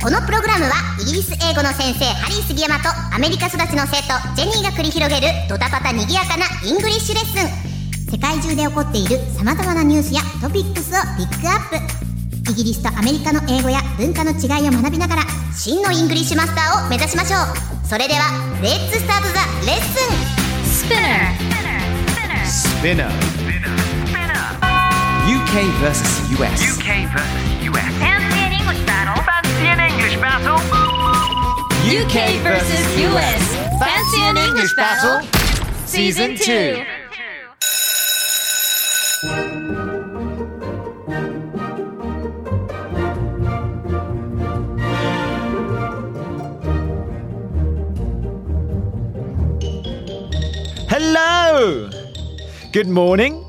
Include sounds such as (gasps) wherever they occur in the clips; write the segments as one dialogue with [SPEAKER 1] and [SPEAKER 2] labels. [SPEAKER 1] このプログラムはイギリス英語の先生ハリー杉山とアメリカ育ちの生徒ジェニーが繰り広げるドタパタにぎやかなイングリッシュレッスン世界中で起こっている様々なニュースやトピックスをピックアップイギリスとアメリカの英語や文化の違いを学びながら真のイングリッシュマスターを目指しましょうそれではレッツスタートザレッスン
[SPEAKER 2] Spinner. UK versus US.
[SPEAKER 3] UK versus US. Fancy an English battle. Fancy an English
[SPEAKER 2] UK versus US.
[SPEAKER 4] Fancy
[SPEAKER 3] battle.
[SPEAKER 2] Season
[SPEAKER 4] an English battle?
[SPEAKER 2] 2. Hello! Good morning,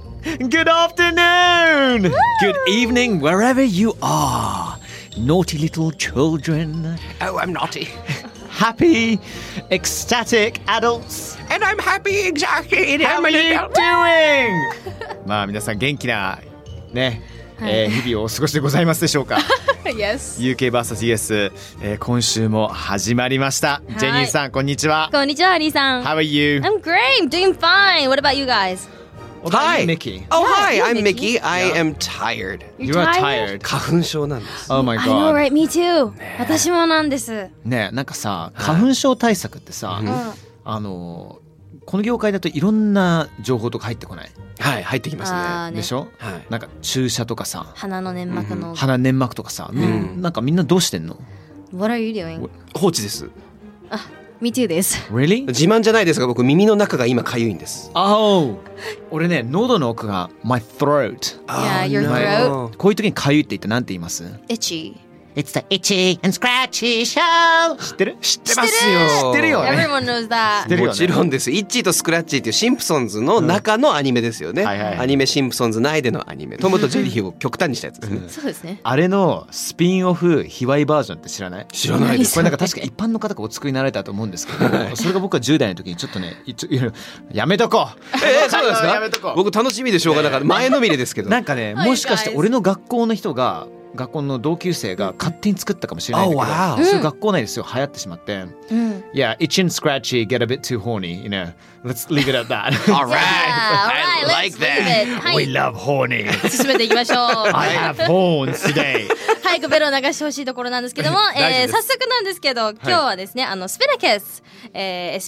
[SPEAKER 2] good afternoon, good evening, wherever you are. Naughty little children,
[SPEAKER 3] Oh, I'm naughty.
[SPEAKER 2] happy, ecstatic adults.
[SPEAKER 3] And I'm happy exactly in
[SPEAKER 2] How are you doing? まあ皆さん元気なね、えー日々をお過ごしでございますでしょうか
[SPEAKER 4] Yes.
[SPEAKER 2] UKVSES、えー今週も始まりました、ジェニーさんこんにちは
[SPEAKER 4] Konnichiwa, Ari-san.
[SPEAKER 2] How are you?
[SPEAKER 4] I'm great. I'm doing fine. What about you guys?
[SPEAKER 3] Hi.
[SPEAKER 2] Mickey
[SPEAKER 3] Oh,
[SPEAKER 4] Yeah,
[SPEAKER 3] hi.
[SPEAKER 4] you're
[SPEAKER 3] I'm Mickey.
[SPEAKER 4] Mickey.
[SPEAKER 3] I am tired.
[SPEAKER 2] You are tired
[SPEAKER 3] 花粉症なんです。
[SPEAKER 2] Oh my
[SPEAKER 4] I know,
[SPEAKER 2] god
[SPEAKER 4] right? Me too. 私もなんです。
[SPEAKER 2] ねなんかさ花粉症対策ってさ、あのーこの業界だといろんな情報とか入ってこない、
[SPEAKER 3] はい、入ってきます
[SPEAKER 4] あー
[SPEAKER 3] ね。
[SPEAKER 4] ね
[SPEAKER 2] でしょ、
[SPEAKER 3] はい
[SPEAKER 2] なんか注射とかさ
[SPEAKER 4] 鼻の粘膜の。
[SPEAKER 2] 鼻粘膜とかさ、なんかみんなどうしてんの
[SPEAKER 4] What are you doing?
[SPEAKER 3] 放置です。
[SPEAKER 4] Me too です。
[SPEAKER 2] Really?
[SPEAKER 3] 自慢じゃないですが、僕耳の中が今痒いんです。
[SPEAKER 2] Oh! 俺ね、喉の奥が My throat
[SPEAKER 4] Yeah, your
[SPEAKER 3] no.
[SPEAKER 4] throat
[SPEAKER 2] こういう時にかゆいって言ってなんて言います
[SPEAKER 4] itchy.
[SPEAKER 2] It's the itchy and scratchy show! 知ってる知ってますよ知ってるよね
[SPEAKER 4] Everyone knows
[SPEAKER 2] 知って (laughs) る
[SPEAKER 4] that.
[SPEAKER 2] よね
[SPEAKER 3] もちろんです。イッチーとスクラッチーっていうシンプソンズの中のアニメですよね。
[SPEAKER 2] はいはい
[SPEAKER 3] アニメシンプソンズ内でのアニメ。トムとジェリーヒーを極端にしたやつで
[SPEAKER 2] (laughs)
[SPEAKER 3] すね。
[SPEAKER 4] そうですね。
[SPEAKER 2] あれのスピンオフ卑猥バージョンって知らない
[SPEAKER 3] 知らないです
[SPEAKER 2] これなんか確か一般の方がお作りになられたと思うんですけど、それが僕は10代の時にちょっとね、いちょいややめとこう
[SPEAKER 3] えー、そうです
[SPEAKER 2] やめとこ
[SPEAKER 3] か
[SPEAKER 2] う
[SPEAKER 3] 僕楽しみでしょうがなかった。前のめりですけど。
[SPEAKER 2] なんかね、
[SPEAKER 4] はい
[SPEAKER 2] もしかして俺の学校の人が、学校の同級生が勝手に作ったかもしれないんだけど、
[SPEAKER 3] Oh, wow.
[SPEAKER 2] そういう学校内ですよ、流行ってしまって。
[SPEAKER 4] うん。
[SPEAKER 2] Yeah, itchy and scratchy get a bit too horny, you know. Let's leave it at that.
[SPEAKER 3] (laughs) All right.
[SPEAKER 4] Yeah,
[SPEAKER 3] I
[SPEAKER 4] alright, let's
[SPEAKER 3] like that.
[SPEAKER 4] leave it.
[SPEAKER 2] We
[SPEAKER 4] はい。
[SPEAKER 2] love horny.
[SPEAKER 4] 進めていきましょう。
[SPEAKER 2] I have horns today.
[SPEAKER 4] (laughs) 早くベロを流してほしいところなんですけども、えー、
[SPEAKER 3] 大丈夫で
[SPEAKER 4] 早
[SPEAKER 3] す
[SPEAKER 4] 速なんですけど今日はですね、あのスピナケス、えー、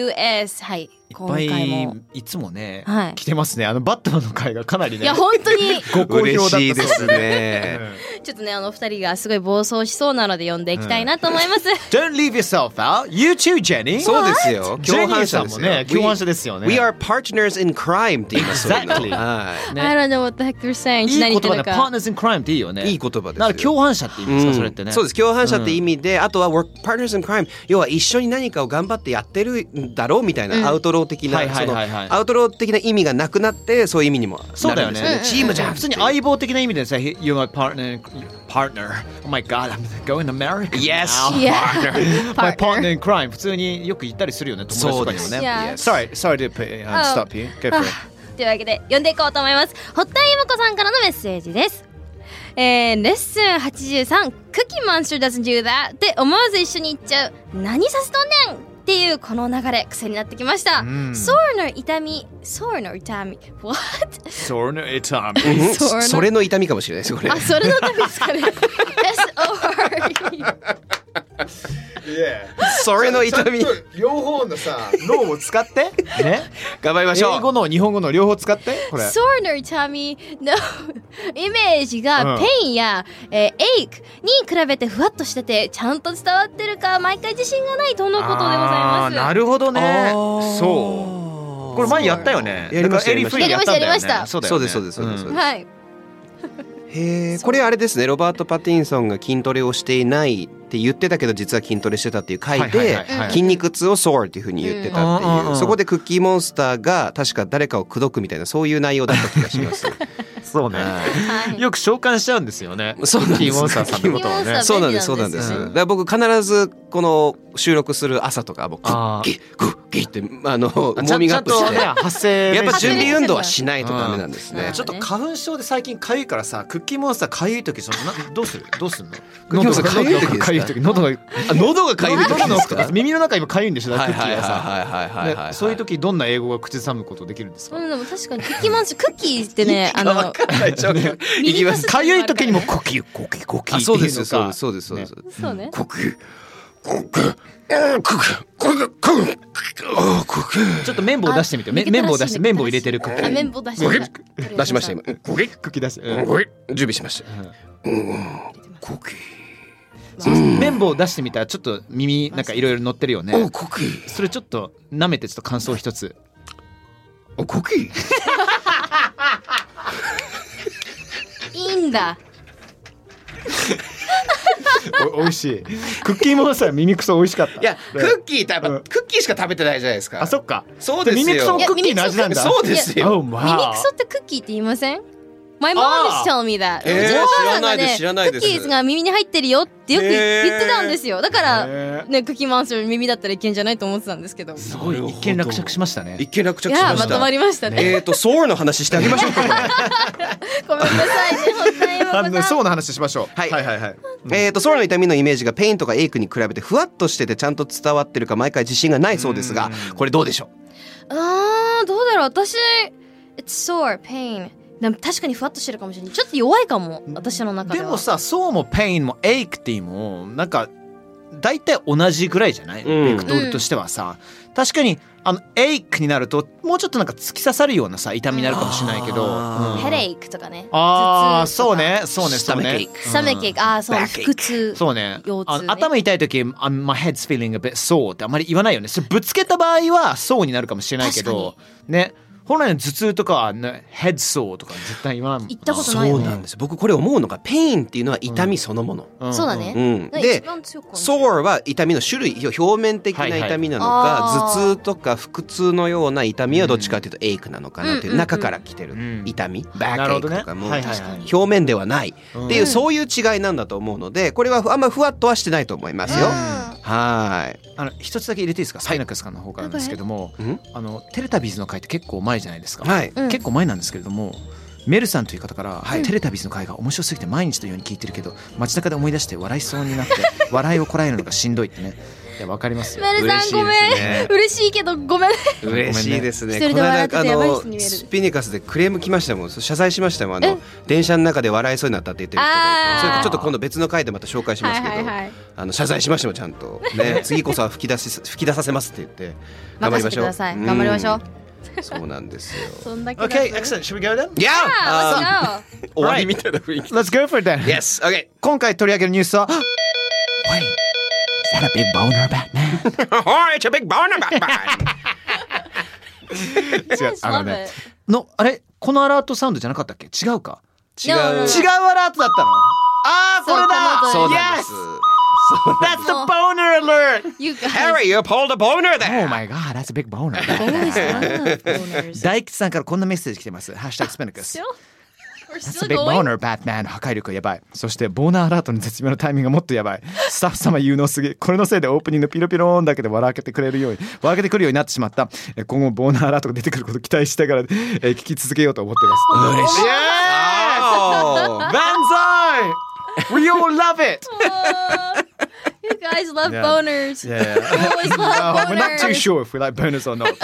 [SPEAKER 4] SPINUKUS はい
[SPEAKER 2] いっ
[SPEAKER 4] (laughs) 今
[SPEAKER 2] ぱ
[SPEAKER 4] 回も
[SPEAKER 2] (laughs) いいつもね、
[SPEAKER 4] はい
[SPEAKER 2] 来てますね。あのバットマンの回がかなり
[SPEAKER 4] い
[SPEAKER 2] ね。
[SPEAKER 4] や本当に
[SPEAKER 2] ご好評だ
[SPEAKER 3] 嬉
[SPEAKER 2] った
[SPEAKER 3] しいで
[SPEAKER 2] そう
[SPEAKER 3] すね。
[SPEAKER 4] ちょっとねあの二人がすごい暴走しそうなので呼んでいきたいなと思います、
[SPEAKER 2] Don't leave yourself out. You too, Jenny.
[SPEAKER 3] そうですよ。
[SPEAKER 2] What？
[SPEAKER 3] 共犯者で
[SPEAKER 2] ジェニーさんも
[SPEAKER 3] すよ。
[SPEAKER 2] ね
[SPEAKER 3] We-
[SPEAKER 2] 共犯者ですよね
[SPEAKER 3] We are partners in crime って言いますよ。
[SPEAKER 2] Exactly
[SPEAKER 3] はい。
[SPEAKER 4] I don't know what the heck they're saying
[SPEAKER 2] いい
[SPEAKER 4] 何
[SPEAKER 2] 言
[SPEAKER 4] 言って
[SPEAKER 2] 葉
[SPEAKER 4] る
[SPEAKER 2] ね。パー
[SPEAKER 4] のか
[SPEAKER 2] ナーズ・イン・クライムっていいよね。
[SPEAKER 3] いい言葉ですよ
[SPEAKER 2] だから共犯者って言いますか、それって
[SPEAKER 3] う
[SPEAKER 2] ね。
[SPEAKER 3] んそうです。共犯者って意味で、あとは work partners in crime。要は一緒に何かを頑張ってやってるんだろうみたいな、アウトロー的な、
[SPEAKER 2] はいはい
[SPEAKER 3] その
[SPEAKER 2] はいはい
[SPEAKER 3] アウトロー的な意味がなくなって、そういう意味にもなるんです。
[SPEAKER 2] そうだよね。
[SPEAKER 3] チームじゃん。
[SPEAKER 2] 普通に相棒的な意味でさ、he- You're my partner. Partner. Oh my god, I'm going American.
[SPEAKER 3] Yes.
[SPEAKER 2] now. (laughs)
[SPEAKER 4] (laughs) Yeah.
[SPEAKER 2] My partner
[SPEAKER 4] Partner.
[SPEAKER 2] in crime. 普通によく言ったりするよね、友達とかにも
[SPEAKER 3] そうで
[SPEAKER 2] ね。
[SPEAKER 3] す
[SPEAKER 4] Yeah.
[SPEAKER 2] Sorry, sorry to put, uh, stop you. Go for it.
[SPEAKER 4] というわけで呼んでいこうと思います堀田由子さんからのメッセージですえー、レッスン83「クッキーマンス doesn't do that」って思わず一緒に言っちゃう「何させとんねん!」っていうこの流れ癖になってきました、ソールの痛みソールの痛み What?
[SPEAKER 2] Sorry, no, it's um. (laughs)
[SPEAKER 3] うん
[SPEAKER 4] そう
[SPEAKER 3] それの痛みかもしれないです、これ。
[SPEAKER 4] あそれの痛みですかね (laughs) SOR
[SPEAKER 3] それの痛
[SPEAKER 2] (laughs)
[SPEAKER 3] み。
[SPEAKER 2] 両方のさ、脳を使って。ね。
[SPEAKER 3] 頑張りましょう。
[SPEAKER 2] 英語の日本語の両方使って。これ。
[SPEAKER 4] ソーの痛み (laughs) のイメージ
[SPEAKER 2] うん
[SPEAKER 4] がペインや、えーエイクに比べてふわっとしててちゃんと伝わってるか毎回自信がないとのことでござい
[SPEAKER 2] あ
[SPEAKER 4] ま
[SPEAKER 2] ー
[SPEAKER 4] す。
[SPEAKER 2] なるほどね。そう。
[SPEAKER 3] う
[SPEAKER 2] これ前やったよね。
[SPEAKER 3] やりま
[SPEAKER 2] だ
[SPEAKER 3] した
[SPEAKER 2] からエリーフリー
[SPEAKER 4] やりました
[SPEAKER 2] やったんだよね
[SPEAKER 4] やりました
[SPEAKER 2] そうだよ
[SPEAKER 3] そう
[SPEAKER 2] ね
[SPEAKER 3] ですそうですそうです
[SPEAKER 2] ん
[SPEAKER 4] はい。
[SPEAKER 3] へえこれあれですねロバート・パティンソンが筋トレをしていないって言ってたけど実は筋トレしてたっていう回
[SPEAKER 2] はい
[SPEAKER 3] で
[SPEAKER 2] はいはいはい
[SPEAKER 3] 筋肉痛をソールっていうふうに言ってたって
[SPEAKER 2] うんうん、
[SPEAKER 3] いううん
[SPEAKER 2] うん
[SPEAKER 3] そこでクッキーモンスターが確か誰かを口説くみたいなそういう内容だった気がします。
[SPEAKER 2] (laughs) そうね。よく召喚しちゃうんですよね。
[SPEAKER 3] そうなんです
[SPEAKER 2] キーモンスターさんのことを
[SPEAKER 4] キーモン
[SPEAKER 2] ね
[SPEAKER 4] ス。
[SPEAKER 3] そうなんですそうなんです。
[SPEAKER 2] 便利なんですね
[SPEAKER 3] だから僕必ずこの収録する朝とか僕ク
[SPEAKER 2] あ
[SPEAKER 3] ッ
[SPEAKER 2] ー
[SPEAKER 3] キークッキーってあのウォ
[SPEAKER 2] ちゃ
[SPEAKER 3] ー
[SPEAKER 2] ん
[SPEAKER 3] ミン
[SPEAKER 2] ち
[SPEAKER 3] グア
[SPEAKER 2] ゃ
[SPEAKER 3] ッ
[SPEAKER 2] ん
[SPEAKER 3] プし
[SPEAKER 2] と
[SPEAKER 3] て
[SPEAKER 2] ね、。発声
[SPEAKER 3] やっぱ
[SPEAKER 2] 練習
[SPEAKER 3] 準備
[SPEAKER 2] ね
[SPEAKER 3] 運動はしないとダメなんです
[SPEAKER 4] うん
[SPEAKER 3] ね。
[SPEAKER 2] ちょっと花粉症で最近かゆいからさ、クッキーモンスターかゆい時そのなどうする？どうすんの？
[SPEAKER 3] クッキーモンスターかゆい時ですか
[SPEAKER 2] かゆい時、喉が
[SPEAKER 3] あ喉が痒い時
[SPEAKER 2] 喉の
[SPEAKER 3] です
[SPEAKER 2] 奥
[SPEAKER 3] か
[SPEAKER 2] とか耳の中今かゆいんでしょ？だか
[SPEAKER 3] はい
[SPEAKER 2] らクッ
[SPEAKER 3] は
[SPEAKER 2] キー
[SPEAKER 3] い
[SPEAKER 2] がさ。
[SPEAKER 3] はいはいはいはいはい。
[SPEAKER 2] ねそういう時どんな英語が口ずさむことできるんですか
[SPEAKER 4] う？ん、でも確かにクッキーマンスクッキーってね
[SPEAKER 3] (laughs)
[SPEAKER 4] あの
[SPEAKER 3] わかんないちょっといきます。
[SPEAKER 2] かゆい時にもコキコキコキ
[SPEAKER 3] あ
[SPEAKER 2] って
[SPEAKER 3] そう
[SPEAKER 2] い
[SPEAKER 3] で
[SPEAKER 2] う
[SPEAKER 3] す
[SPEAKER 2] の
[SPEAKER 3] そう
[SPEAKER 2] か
[SPEAKER 3] です。そうですそうです。
[SPEAKER 4] そうね
[SPEAKER 3] コクコクコクコクコクコク
[SPEAKER 2] ちょっと綿棒出してみて
[SPEAKER 4] あ
[SPEAKER 2] め
[SPEAKER 4] 抜けたらしい
[SPEAKER 2] 綿棒出して綿棒入
[SPEAKER 4] 抜けたらしい
[SPEAKER 2] れてるクッキ
[SPEAKER 4] あ
[SPEAKER 2] ー
[SPEAKER 4] 綿棒出しました
[SPEAKER 3] 出しました今。コク
[SPEAKER 2] クッキー出して、うん
[SPEAKER 3] コク準備しました。コク
[SPEAKER 2] 綿棒出してみたらちょっと耳なんかいろいろ乗ってるよね
[SPEAKER 3] おコク
[SPEAKER 2] それちょっと舐めてちょっと感想一つ
[SPEAKER 3] おコク
[SPEAKER 4] いいんだ
[SPEAKER 2] お美味しいクッキーモンスター耳くそ美味しかった
[SPEAKER 3] いやクッキーってやっぱクッキーしか食べてないじゃないですか。
[SPEAKER 2] あそっか
[SPEAKER 3] そうですよ
[SPEAKER 2] 耳くそもクッキーの味なんだ
[SPEAKER 3] そうですよ。
[SPEAKER 2] Oh, wow
[SPEAKER 4] 耳くそってクッキーって言いません ?My mom is telling me that うち
[SPEAKER 3] えー
[SPEAKER 4] のお母さんが
[SPEAKER 3] 知らないで
[SPEAKER 4] ね
[SPEAKER 3] す知らないです
[SPEAKER 4] クッキーが耳に入ってるよってよく言
[SPEAKER 3] えー
[SPEAKER 4] 言ってたんですよだから
[SPEAKER 2] え
[SPEAKER 4] ねクッキーマンスの耳だったらいけんじゃないと思ってたんですけど
[SPEAKER 2] ーすごい一見落着しましたね
[SPEAKER 3] 一見落着
[SPEAKER 4] い
[SPEAKER 3] しまし
[SPEAKER 4] や
[SPEAKER 3] た。
[SPEAKER 4] ーまとまりましたね
[SPEAKER 3] えっとソウルの話してあげましょうか。
[SPEAKER 4] ごめんなさいね本当に
[SPEAKER 2] あの
[SPEAKER 4] 今
[SPEAKER 2] そうの話しましょう
[SPEAKER 3] はい
[SPEAKER 2] はいはいはい
[SPEAKER 3] えー、と空の痛みのイメージがペインとかエイクに比べてふわっとしててちゃんと伝わってるか毎回自信がないそうですがこれどうでしょ
[SPEAKER 4] あーどうだろう私 It's sore pain でも確かにふわっとしてるかもしれないちょっと弱いかも私の中で
[SPEAKER 2] で
[SPEAKER 4] は
[SPEAKER 2] もさそうもペインもエイクティもなんか大体同じぐらいじゃない、
[SPEAKER 3] う
[SPEAKER 2] ベ
[SPEAKER 3] ん
[SPEAKER 2] クトルとしてはさ、確かにあのエイクになるともうちょっとなんか突き刺さるようなさ痛みになるかもしれないけど、
[SPEAKER 3] うん
[SPEAKER 2] あ
[SPEAKER 3] さ
[SPEAKER 4] ヘレイクとかね
[SPEAKER 2] あー
[SPEAKER 4] 頭痛とか
[SPEAKER 2] そうねそうね
[SPEAKER 3] スタ
[SPEAKER 2] そう
[SPEAKER 3] メ
[SPEAKER 2] ね
[SPEAKER 3] キー
[SPEAKER 4] サメケイクああそうね
[SPEAKER 3] Backache
[SPEAKER 4] 腹痛
[SPEAKER 2] そうね
[SPEAKER 4] 腰
[SPEAKER 2] あ
[SPEAKER 4] 痛ね
[SPEAKER 2] の頭痛い時「I'm- My head's feeling a bit sore」ってあまり言わないよねそれぶつけた場合は「そう」になるかもしれないけどね本来の頭痛とかは、ね「head sore」とか絶対言わないもん
[SPEAKER 4] 言った
[SPEAKER 3] う
[SPEAKER 4] ことないよね
[SPEAKER 3] です僕これ思うのがペインっていうのは痛みそのもの、
[SPEAKER 2] ん
[SPEAKER 4] そうだね
[SPEAKER 3] う、ん
[SPEAKER 4] が一
[SPEAKER 3] で
[SPEAKER 4] 番強くはない
[SPEAKER 3] ソウルは痛みの種類表面的な痛みなのか、
[SPEAKER 4] はいはい
[SPEAKER 3] 頭痛とか腹痛のような痛みはどっちかというとエイクなのかなという、
[SPEAKER 4] うん
[SPEAKER 3] 中から来てる痛み、バッ
[SPEAKER 2] なる
[SPEAKER 3] クエ
[SPEAKER 2] ほ
[SPEAKER 3] イ
[SPEAKER 2] ど
[SPEAKER 3] ク
[SPEAKER 2] ね
[SPEAKER 3] とかも、
[SPEAKER 2] はいはいはい
[SPEAKER 3] 表面ではないっていう、
[SPEAKER 2] うん
[SPEAKER 3] そういう違いなんだと思うのでこれはあんまふわっとはしてないと思いますよ。はい
[SPEAKER 2] あの一つだけ入れていいですか、サイナクスさんの方からなんですけども、
[SPEAKER 3] うん
[SPEAKER 2] あのテレタビーズの回って結構前じゃないですか、
[SPEAKER 3] はい
[SPEAKER 4] うん
[SPEAKER 2] 結構前なんですけれどもメルさんという方から、テレタビーズの回が面白すぎて毎日のように聞いてるけど街中で思い出して笑いそうになって (laughs) 笑いをこらえるのがしんどいってねいやわかりますよ
[SPEAKER 4] メルさんごめ
[SPEAKER 3] 嬉し
[SPEAKER 4] ん嬉しい
[SPEAKER 3] いですね
[SPEAKER 4] けどごめん
[SPEAKER 3] 嬉しいですね。
[SPEAKER 4] ごめんね一人で笑っててやばい人に見える
[SPEAKER 3] スピニカスでクレーム来ましたもん。謝罪しましたもん。あ
[SPEAKER 4] え
[SPEAKER 3] の電車の中で笑いそうになったって言ってる人がい
[SPEAKER 4] あー
[SPEAKER 3] て、それちょっと今度別の回でまた紹介しますけど、
[SPEAKER 4] はいはいはい
[SPEAKER 3] あの謝罪しましたもんちゃんと。ね、次こそは吹き出し吹き出させますって言って頑張りましょう。
[SPEAKER 4] 任せてください頑張りましょう
[SPEAKER 3] うん。そうなんですよ。
[SPEAKER 4] そんだけだと
[SPEAKER 2] OK excellent should we go then?
[SPEAKER 3] いやー、あ
[SPEAKER 4] あー let's go
[SPEAKER 3] ー (laughs) 終わりみたいな雰囲気。
[SPEAKER 2] Let's go for it then
[SPEAKER 3] Yes, okay.
[SPEAKER 2] 今回取り上げるニュース
[SPEAKER 3] (gasps)
[SPEAKER 2] は Wait is that a big boner Batman?
[SPEAKER 3] (laughs) Oh, it's a big
[SPEAKER 2] (laughs)
[SPEAKER 3] boner, Batman. (laughs)
[SPEAKER 2] 違うあのねのあれこのアラートサウンドじゃなかったっけ違うか
[SPEAKER 3] 違う。
[SPEAKER 4] No, no,
[SPEAKER 2] 違う
[SPEAKER 4] no.
[SPEAKER 2] アラートだったのああこれだ
[SPEAKER 3] そうなんです。そうなん
[SPEAKER 2] That's the boner alert!
[SPEAKER 4] 言うか
[SPEAKER 3] Harry, you pulled a boner there.
[SPEAKER 2] Oh my god, that's a big boner.
[SPEAKER 4] 大
[SPEAKER 2] 大吉さんからこんなメッセージ来てます。ハッシュタグスペネクス。That's a big
[SPEAKER 4] going?
[SPEAKER 2] boner, Batman. 破壊力がやばい。そして、ボーナーアラートの絶妙なタイミングがもっとやばい。スタッフ様有能すぎ。これのせいでオープニングのピロピローンだけで笑わけてくれるように、笑けてくるようになってしまった。え今後、ボーナーアラートが出てくることを期待したから、え聞き続けようと思ってます。嬉しい。
[SPEAKER 3] Oh.
[SPEAKER 4] (laughs)
[SPEAKER 2] Banzai! We all love it!
[SPEAKER 4] You guys love
[SPEAKER 2] Yeah.
[SPEAKER 4] boners
[SPEAKER 2] Yeah. (laughs)
[SPEAKER 4] Always love
[SPEAKER 2] We're not too
[SPEAKER 4] boners
[SPEAKER 2] sure if we like boners or (laughs) not.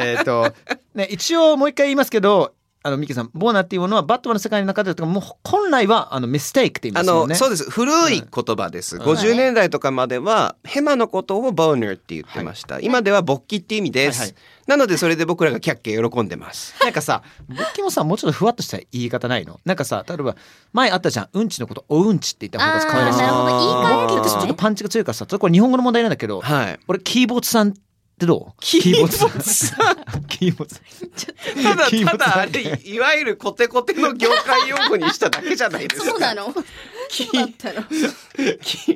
[SPEAKER 2] えっと、ね、一応もう一回言いますけど、あの、ミキさん、ボーナーっていうものはバットマンの世界の中でとか、もう本来は、あの、ミステイクって言いま
[SPEAKER 3] あ
[SPEAKER 2] すもん
[SPEAKER 3] の、
[SPEAKER 2] ね。
[SPEAKER 3] そうです。古い言葉です。50年代とかまでは、ヘマのことをボーナーって言ってました。今では勃起って意味です。
[SPEAKER 2] はいはい
[SPEAKER 3] なので、それで僕らがキャッキャ喜んで (laughs) ます。
[SPEAKER 2] なんかさ、僕もさ、もうちょっとふわっとした言い方ないのなんかさ、例えば、前あったじゃん、うんちのこと、おうんちって言った方が可愛らしい。
[SPEAKER 4] あーなるほど言い換えるとね
[SPEAKER 2] 勃起ってちょっとパンチが強いからさ、これ日本語の問題なんだけど、
[SPEAKER 3] はい。
[SPEAKER 2] 俺、キーボードさんってどうキーボツキーボツ
[SPEAKER 3] ただ
[SPEAKER 2] キーボ
[SPEAKER 3] た
[SPEAKER 2] ツだ
[SPEAKER 3] だあ
[SPEAKER 2] け
[SPEAKER 3] れいわゆるコテコテの業界用語にしただけじゃないですか。
[SPEAKER 4] そう
[SPEAKER 2] (laughs)
[SPEAKER 4] なのそうだったの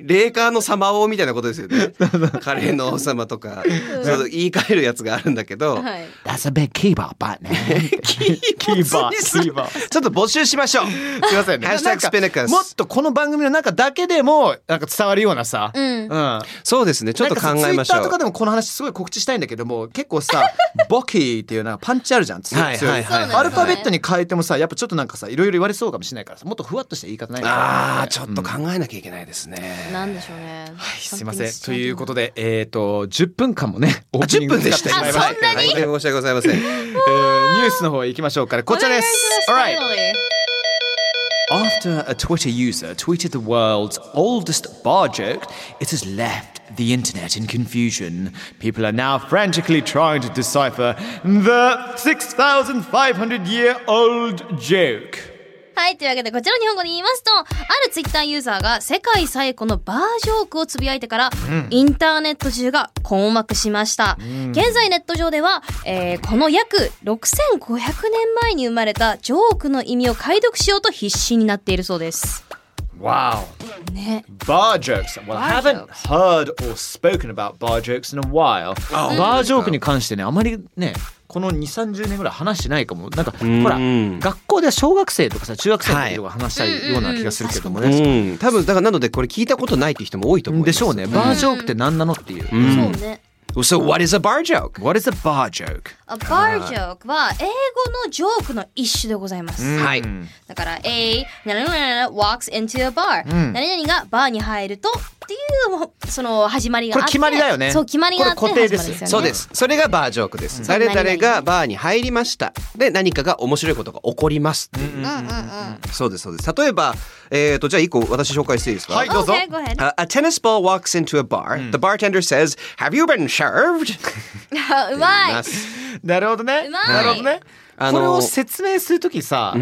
[SPEAKER 3] レーカーの様王みたいなことですよね。カレーの王様とか、その言い換えるやつがあるんだけど、
[SPEAKER 4] はい。
[SPEAKER 2] That's a big keyboard button (laughs) キーボーキーボー
[SPEAKER 3] ちょっと募集しましょう。
[SPEAKER 2] すいませんね
[SPEAKER 3] Hashtag
[SPEAKER 2] なんか
[SPEAKER 3] Spinnacus
[SPEAKER 2] もっとこの番組の中だけでもなんか伝わるようなさ、 (laughs)
[SPEAKER 4] うん
[SPEAKER 2] うん
[SPEAKER 3] そうですね。ちょっと考
[SPEAKER 2] な
[SPEAKER 3] えまし
[SPEAKER 2] んかさツイッターと
[SPEAKER 3] ょ
[SPEAKER 2] か
[SPEAKER 3] う。
[SPEAKER 2] でもこの話すごい告知したいんだけども結構さボキーっていうなんかパンチあるじゃん強
[SPEAKER 3] はいい
[SPEAKER 2] 強
[SPEAKER 3] はいい
[SPEAKER 4] そう
[SPEAKER 3] は
[SPEAKER 4] ないん
[SPEAKER 3] はい。
[SPEAKER 2] アル
[SPEAKER 4] だ
[SPEAKER 2] ファベットに変えてもさやっぱちょっとなんかさいろいろ言われそうかもしれないからさもっとふわっとした言い方ないかな
[SPEAKER 3] ああ、ちょっと考えなきゃいけないですね。
[SPEAKER 4] なんでしょうね。はい
[SPEAKER 2] すいませんということでえっ、と10分間もねオープニン
[SPEAKER 3] 10
[SPEAKER 2] グ
[SPEAKER 3] 分でした。
[SPEAKER 2] 使ってしまいました
[SPEAKER 4] あそんなに
[SPEAKER 3] 大変申し訳ございません。
[SPEAKER 2] えーニュースの方へ行きましょうからこちらです。Alright. After a Twitter user tweeted the world's oldest bar joke, it has left the internet in confusion. People are now frantically trying to decipher the 6,500 year old joke.
[SPEAKER 4] はい。というわけで、こちらの日本語で言いますと、あるツイッターユーザーが世界最古のバージョークをつぶやいてから、インターネット中が困惑しました。現在ネット上では、えーこの約6500年前に生まれたジョークの意味を解読しようと必死になっているそうです。
[SPEAKER 2] Wow.
[SPEAKER 4] ね。
[SPEAKER 2] Bar jokes. Well, I
[SPEAKER 4] Bar
[SPEAKER 2] haven't
[SPEAKER 4] jokes.
[SPEAKER 2] heard or spoken about bar jokes in a while.
[SPEAKER 3] あ
[SPEAKER 2] バージョークに関してね、あまりね、この2、30年ぐらい話してないかも。なんか、
[SPEAKER 3] ん
[SPEAKER 2] ほら、学校では小学生とかさ、中学生の時とか話したような気がするけどもね。
[SPEAKER 3] うん、多分だからなのでこれ聞いたことないっていう人も多いと思います。
[SPEAKER 2] でしょうね。。バージョークって何なのっていう。
[SPEAKER 4] そうね。
[SPEAKER 3] So what is a bar joke?
[SPEAKER 2] What is a bar joke?
[SPEAKER 4] あバージョークは英語のジョークの一種でございます。
[SPEAKER 3] はい。
[SPEAKER 4] だから、A、何々々 walks into a bar、何々がバーに入るとっていう、その始まりがあって。
[SPEAKER 2] これ決まりだよね
[SPEAKER 4] そう、決まりがあって
[SPEAKER 2] これ固定です
[SPEAKER 4] 始まりよね
[SPEAKER 3] そうで。す。それがバージョークです。誰々がバーに入りました。で、何かが面白いことが起こりますっていう。そうです、そうです。例えば、えっ、と、じゃあ一個私紹介していいですか
[SPEAKER 2] はいどうぞ
[SPEAKER 4] Okay, go ahead.
[SPEAKER 3] Uh, a tennis ball walks into a bar. The bartender says, Have you been served?
[SPEAKER 4] あうまい。
[SPEAKER 2] なるほどね。
[SPEAKER 4] うまい
[SPEAKER 2] なるほどね。
[SPEAKER 3] あ
[SPEAKER 2] こ
[SPEAKER 3] の
[SPEAKER 2] れを説明するときさ、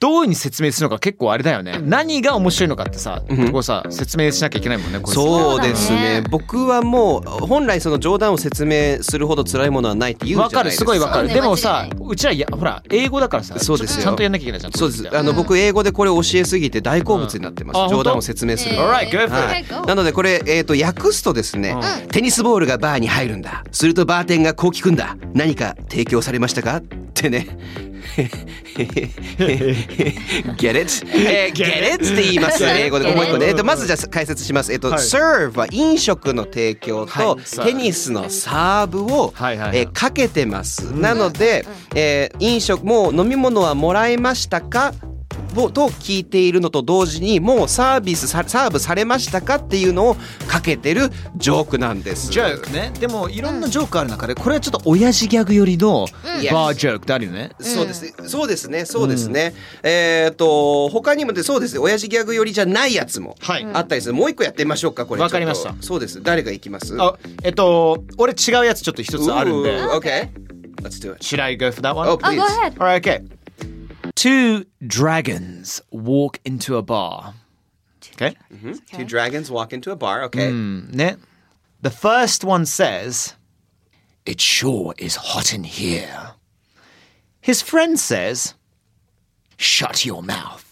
[SPEAKER 2] どういうふうに説明するのか結構あれだよね。何が面白いのかってさ、ここさ説明しなきゃいけないもんね。これ
[SPEAKER 3] そうです
[SPEAKER 4] そうだ
[SPEAKER 3] ね
[SPEAKER 4] ね
[SPEAKER 3] 僕はもう、本来その冗談を説明するほど辛いものはないって言うじゃな
[SPEAKER 2] わ
[SPEAKER 3] いですか。
[SPEAKER 2] かるすごいわかる。
[SPEAKER 4] そうね
[SPEAKER 2] でもさ
[SPEAKER 4] 間違い、
[SPEAKER 2] うちらいやほら英語だからさ、
[SPEAKER 3] そうですよ
[SPEAKER 2] ちゃんとやんなきゃいけないじゃん。
[SPEAKER 3] そうです。あの、僕、英語でこれを教えすぎて大好物になってま
[SPEAKER 2] うんあ
[SPEAKER 3] す。冗
[SPEAKER 2] 本
[SPEAKER 3] 談
[SPEAKER 2] 当
[SPEAKER 3] を説明するのが。
[SPEAKER 2] Alright, go for it.
[SPEAKER 3] はい
[SPEAKER 4] Okay, go.
[SPEAKER 3] なのでこれ、えー、と訳すとですね、テニスボールがバーに入るんだするとバーテンがこう聞くんだ何か提供されましたかってね Get it?、えー Get it? って言いますよね英語で
[SPEAKER 4] Get it.
[SPEAKER 3] もう一個ね、えーとまずじゃあ解説しますえっ、と、serve は飲食の提供と、
[SPEAKER 2] はい
[SPEAKER 3] テニスのサーブを、
[SPEAKER 2] はいはいはい
[SPEAKER 3] えーかけてます、なので、えー飲食もう飲み物はもらえましたかをと聞いているのと同時にもうサービスさサーブされましたかっていうのをかけてるジョークなんです
[SPEAKER 2] ジョークね。でもいろんなジョークある中で、これはちょっと親父ギャグよりのバージョークってあるよね。
[SPEAKER 3] そうです、そうですねそうですね、えっ、と他にもでそうですね親父ギャグ寄りじゃないやつも
[SPEAKER 2] はい
[SPEAKER 3] あったりする、もう一個やってみましょうかこれ
[SPEAKER 2] わかりました
[SPEAKER 3] ちょっとそうです誰がいきます
[SPEAKER 2] あ、えっと、俺違うやつちょっと一つあるんで。
[SPEAKER 3] Ooh, Okay Let's do it
[SPEAKER 2] Should I go for that one?
[SPEAKER 3] Oh please
[SPEAKER 2] Alright, okay. Two dragons walk into a bar. Okay. Hmm,
[SPEAKER 3] Two dragons walk into a bar Okay、
[SPEAKER 2] Ne? The first one says, It sure is hot in here. His friend says, Shut your mouth.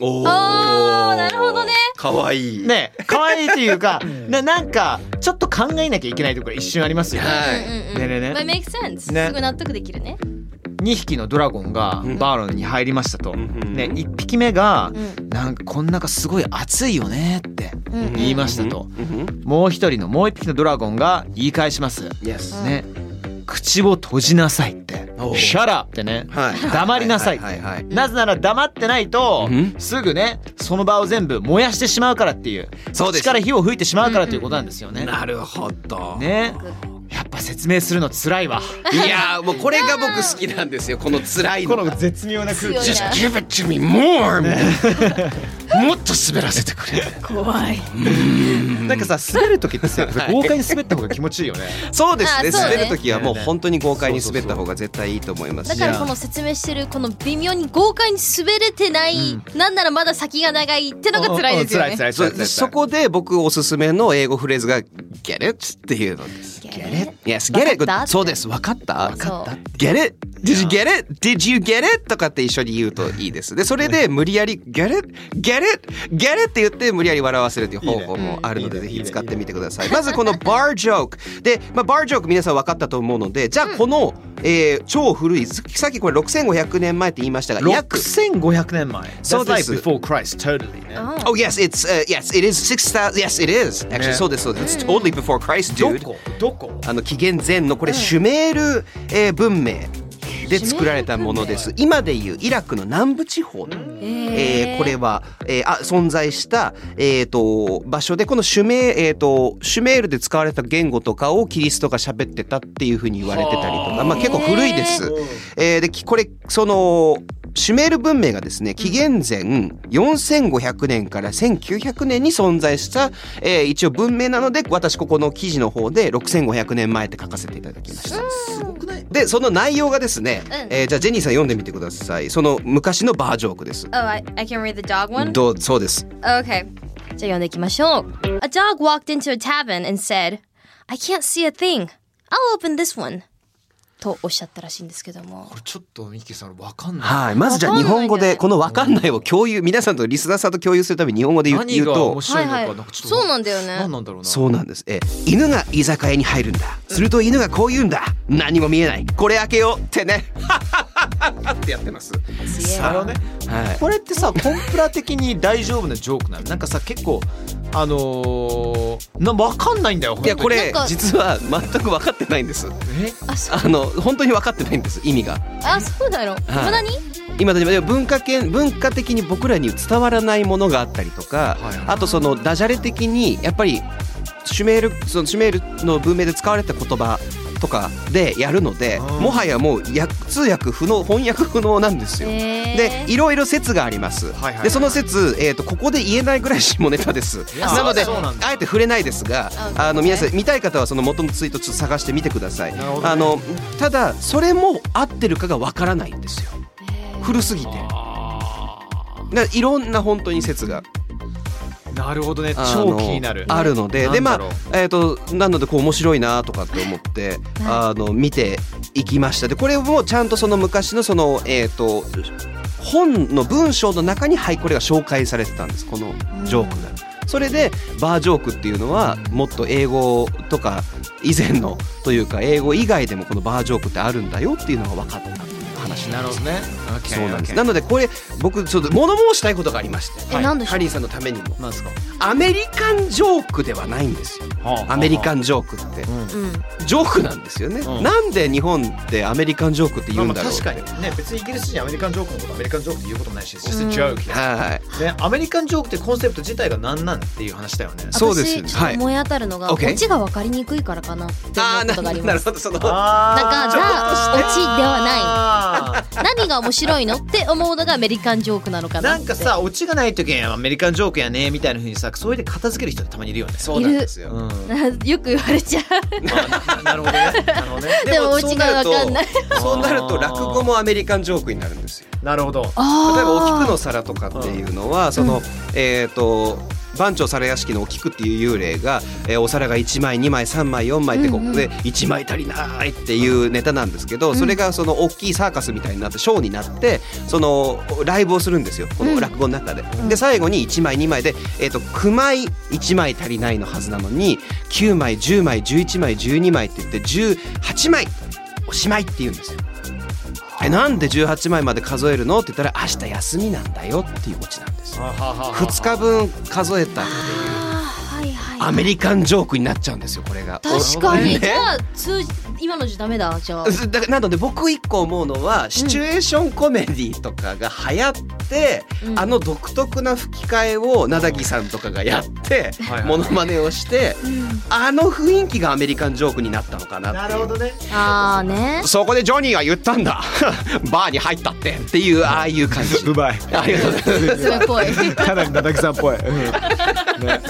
[SPEAKER 3] おお
[SPEAKER 4] あーなるほどね。
[SPEAKER 3] かわいい
[SPEAKER 2] ねえ、可愛いというか、ななんか、ちょっと考えなきゃいけないところ一瞬ありますよね。
[SPEAKER 3] (laughs) はい
[SPEAKER 2] ねえねえね
[SPEAKER 4] But makes sense、
[SPEAKER 2] ね
[SPEAKER 4] すぐ納得できるね。
[SPEAKER 2] 2匹のドラゴンがバーロンに入りましたと、ね、1匹目が「なんかこん中すごい暑いよね」って言いましたと、もう1人のもう1匹のドラゴンが言い返します、
[SPEAKER 3] Yes
[SPEAKER 2] ね口を閉じなさいって「
[SPEAKER 3] おう
[SPEAKER 2] シャラ!」ってね、
[SPEAKER 3] はい
[SPEAKER 2] 黙りなさいって、
[SPEAKER 3] はいはいはいはい
[SPEAKER 2] なぜなら黙ってないと、
[SPEAKER 3] ん
[SPEAKER 2] すぐねその場を全部燃やしてしまうからっていう
[SPEAKER 3] そうです
[SPEAKER 2] 口から火を吹いてしまうからということなんですよね、
[SPEAKER 3] なるほど
[SPEAKER 2] ねやっぱ説明するの辛いわ
[SPEAKER 3] いやーもうこれが僕好きなんですよこの辛い
[SPEAKER 2] こ
[SPEAKER 3] の
[SPEAKER 2] の
[SPEAKER 3] が。
[SPEAKER 2] 絶妙な空
[SPEAKER 4] 強い
[SPEAKER 2] 気
[SPEAKER 4] な
[SPEAKER 3] Just give it to me more! みたいなもっと滑らせてくれ
[SPEAKER 4] 怖い
[SPEAKER 2] なんかさ滑る時ってさ
[SPEAKER 3] はい
[SPEAKER 2] 豪快に滑った方が気持ちいいよね
[SPEAKER 3] そうですね
[SPEAKER 4] あそうね
[SPEAKER 3] 滑るときはもう本当に豪快に滑った方が絶対いいと思います
[SPEAKER 4] だ
[SPEAKER 3] し
[SPEAKER 4] からこの説明してるこの微妙に豪快に滑れてない、なんならまだ先が長いってのが辛いですよ
[SPEAKER 2] うんうん
[SPEAKER 4] ね。
[SPEAKER 2] (laughs) 辛い辛い辛い
[SPEAKER 3] そ
[SPEAKER 2] 辛い
[SPEAKER 3] そこで僕おすすめの英語フレーズが「get it」っていうのです。
[SPEAKER 4] Get it?
[SPEAKER 3] Yes,
[SPEAKER 4] わか
[SPEAKER 3] get
[SPEAKER 4] った
[SPEAKER 3] it. そうです。わかったわ
[SPEAKER 4] かった
[SPEAKER 3] ?get it? Did you get it? Did you get it? とかって一緒に言うといいです。で、それで無理やり get it? get it? get it? って言って無理やり笑わせるという方法もあるので、
[SPEAKER 2] いいね
[SPEAKER 3] ぜ
[SPEAKER 2] いいね
[SPEAKER 3] ひ使ってみてください。まずこの bar joke。で、まあ、bar joke 皆さんわかったと思うので、じゃあこの、えー超古い、さっきこれ6500年前って言いましたが、約
[SPEAKER 2] 6500年前
[SPEAKER 3] そうで
[SPEAKER 2] That's
[SPEAKER 3] す
[SPEAKER 2] like before Christ totally ね
[SPEAKER 3] Oh yes, it's uh, yes, it is six thousand. Yes, it is. Actually,
[SPEAKER 2] ね
[SPEAKER 3] そうですそうです。It's totally before Christ,
[SPEAKER 2] ど
[SPEAKER 3] dude.
[SPEAKER 2] こどこ
[SPEAKER 3] あの紀元前のこれシュメール、えー文明で作られたものです。今でいうイラクの南部地方の、えーこれは、えーあ存在したえっ、と場所でこのシュメえっ、とシュメールで使われた言語とかをキリストが喋ってたっていうふうに言われてたりとか、まあ結構古いです。えーできこれそのシュメール文明がですね紀元前4500年から1900年に存在した、えー一応文明なので私ここの記事の方で6500年前って書かせていただきました。
[SPEAKER 2] すごくない
[SPEAKER 3] でその内容がですね、
[SPEAKER 4] ん
[SPEAKER 3] えーじゃあジェニーさん読んでみてくださいその昔のバージョークです。
[SPEAKER 4] Oh, I, I can read the dog one?
[SPEAKER 3] どうそうです。
[SPEAKER 4] Okay. じゃあ読んでいきましょう。A dog walked into a tavern and said, I can't see a thing. I'll open this one. とおっしゃったらしいんですけども。
[SPEAKER 2] ちょっとミキさんわかんない
[SPEAKER 3] はいまずじゃあ日本語でこのわかんないを共有皆さんとリスナーさんと共有するために日本語で言う
[SPEAKER 2] 何
[SPEAKER 3] 言う
[SPEAKER 2] が
[SPEAKER 3] と
[SPEAKER 2] 面白いの
[SPEAKER 4] はい
[SPEAKER 2] か
[SPEAKER 4] はい
[SPEAKER 2] なんかちょっと
[SPEAKER 4] そうなんだよね
[SPEAKER 2] 何なんだろうな
[SPEAKER 3] そうなんです。えー、犬が居酒屋に入るんだ。すると犬がこう言うんだ。何も見えない。これ開けようってね。ってやってます。
[SPEAKER 2] あのね
[SPEAKER 3] はい。
[SPEAKER 2] これってさ (laughs) コンプラ的に大丈夫なジョークなのなんかさ結構あのー、なわかんないんだよ
[SPEAKER 3] いやこれ
[SPEAKER 4] なんか
[SPEAKER 3] 実は全く分かってないんです。
[SPEAKER 2] え
[SPEAKER 4] あ、そう
[SPEAKER 3] あの本当に分かってないんです意味が。
[SPEAKER 4] あそうだろう。
[SPEAKER 3] はい
[SPEAKER 4] 無駄に
[SPEAKER 3] 今でもでも文化圏文化的に僕らに伝わらないものがあったりとか、
[SPEAKER 2] はいはい
[SPEAKER 3] あとそのダジャレ的にやっぱりシュメールそのシュメールの文明で使われた言葉とかでやるので
[SPEAKER 2] あー
[SPEAKER 3] もはやもう訳通訳不能翻訳不能なんですよ。
[SPEAKER 4] へー
[SPEAKER 3] でいろいろ説があります、
[SPEAKER 2] はいはい
[SPEAKER 3] でその説、えー、とここで言えないぐらい下ネタです
[SPEAKER 2] いや
[SPEAKER 3] なので
[SPEAKER 2] そうなんだ
[SPEAKER 3] あえて触れないですが
[SPEAKER 4] あ
[SPEAKER 3] あ
[SPEAKER 4] そ
[SPEAKER 3] の
[SPEAKER 4] うね
[SPEAKER 3] 皆さん見たい方はその元のツイートちょっと探してみてください、
[SPEAKER 2] なるほどね
[SPEAKER 3] あのただそれも合ってるかがわからないんですよ古すぎてだからいろんな本当に説が
[SPEAKER 2] なるほどね
[SPEAKER 3] あ
[SPEAKER 2] 超
[SPEAKER 3] の
[SPEAKER 2] 気になる
[SPEAKER 3] あるので
[SPEAKER 2] な
[SPEAKER 3] で
[SPEAKER 2] ん
[SPEAKER 3] ま
[SPEAKER 2] だろ
[SPEAKER 3] あ
[SPEAKER 2] う
[SPEAKER 3] えっ、となのでこう面白いなとかって思ってあの見ていきましたでこれもちゃんとその昔のそのえっ、と本の文章の中にはいこれが紹介されてたんですこのジョークなるそれでバージョークっていうのはもっと英語とか以前のというか英語以外でもこのバージョークってあるんだよっていうのが分かった話
[SPEAKER 2] なるほどね
[SPEAKER 3] そうなんです。
[SPEAKER 2] な
[SPEAKER 3] なのでこれ僕ちょっと物申したいことがありまして、
[SPEAKER 4] え
[SPEAKER 3] はい
[SPEAKER 4] 何でしょう
[SPEAKER 3] ハリーさんのためにも
[SPEAKER 2] なんですか
[SPEAKER 3] アメリカンジョークではないんですよ。アメリカ
[SPEAKER 2] ン
[SPEAKER 3] ンジョークって
[SPEAKER 4] うん。
[SPEAKER 3] ジョークなんですよね。
[SPEAKER 2] うん
[SPEAKER 3] なんで日本ってアメリカンジョークって言うんだろう。
[SPEAKER 2] 確かにね別にイギリス人アメリカンジョークのことアメリカンジョークって言うことないし just a joke ね
[SPEAKER 3] はい。
[SPEAKER 2] アメリカンジョークってコンセプト自体が何なんっていう話だよね
[SPEAKER 3] そうですよね
[SPEAKER 4] 私ちょっと思い当たるのが、
[SPEAKER 3] はい OK
[SPEAKER 4] オチが分かりにくいからかなって
[SPEAKER 3] あ
[SPEAKER 4] 思
[SPEAKER 3] あ
[SPEAKER 4] う
[SPEAKER 3] な
[SPEAKER 4] ことがあり
[SPEAKER 3] な
[SPEAKER 4] ま
[SPEAKER 3] る
[SPEAKER 4] す。
[SPEAKER 3] ほどその。
[SPEAKER 4] な
[SPEAKER 2] あー
[SPEAKER 4] んかザオチでは
[SPEAKER 2] あー
[SPEAKER 4] ない。何が面白いのって思うのがアメリカンジョークなのかな
[SPEAKER 2] な
[SPEAKER 4] って。
[SPEAKER 2] んかさオチがない時はアメリカンジョークやねみたいな風にさそれで片付ける人ってたまにいるよね
[SPEAKER 3] そうなんですよ。
[SPEAKER 2] ん、
[SPEAKER 4] (laughs) よく言われちゃう。
[SPEAKER 2] なるほどね。なるほどね。
[SPEAKER 4] でもオチが分かんない。
[SPEAKER 3] そうなると落語もアメリカンジョークになるんですよ。
[SPEAKER 2] なるほど。
[SPEAKER 3] 例えば
[SPEAKER 4] あ
[SPEAKER 3] お
[SPEAKER 4] ー
[SPEAKER 3] 菊の皿とかっていうのはその、えっ、と番長皿屋敷のお菊っていう幽霊が、えーお皿が1枚2枚3枚4枚ってここで1枚足りないっていうネタなんですけど、それがその大きいサーカスみたいになってショーになってそのライブをするんですよこの落語の中で。で最後に1枚2枚で、えー、と9枚1枚足りないのはずなのに9枚10枚11枚12枚って言って18枚おしまいって言うんですよ。えなんで18枚まで数えるのって言ったら明日休みなんだよっていうオチなんです
[SPEAKER 2] はははは
[SPEAKER 3] 2日分数えた
[SPEAKER 4] あーはいはい
[SPEAKER 3] アメリカンジョークになっちゃうんですよこれが。
[SPEAKER 4] 確かに、
[SPEAKER 3] ね (laughs)
[SPEAKER 4] じゃあ通じ今の字ダメだじゃあ
[SPEAKER 3] すだからなので僕一個思うのはシチュエーションコメディとかが流行って、
[SPEAKER 4] うん
[SPEAKER 3] あの独特な吹き替えをなだぎさんとかがやって
[SPEAKER 2] はいはい
[SPEAKER 3] モノマネをしてあの雰囲気がアメリカンジョークになったのかなっていう
[SPEAKER 2] ね
[SPEAKER 3] (laughs)
[SPEAKER 4] ああね
[SPEAKER 3] そこでジョニーが言ったんだ (laughs) バーに入ったってっていうああいう
[SPEAKER 2] (laughs)
[SPEAKER 3] 感じ
[SPEAKER 2] うまい
[SPEAKER 3] ありがとうございます
[SPEAKER 4] それっぽい
[SPEAKER 2] かなりなだぎさんっぽい、うんねね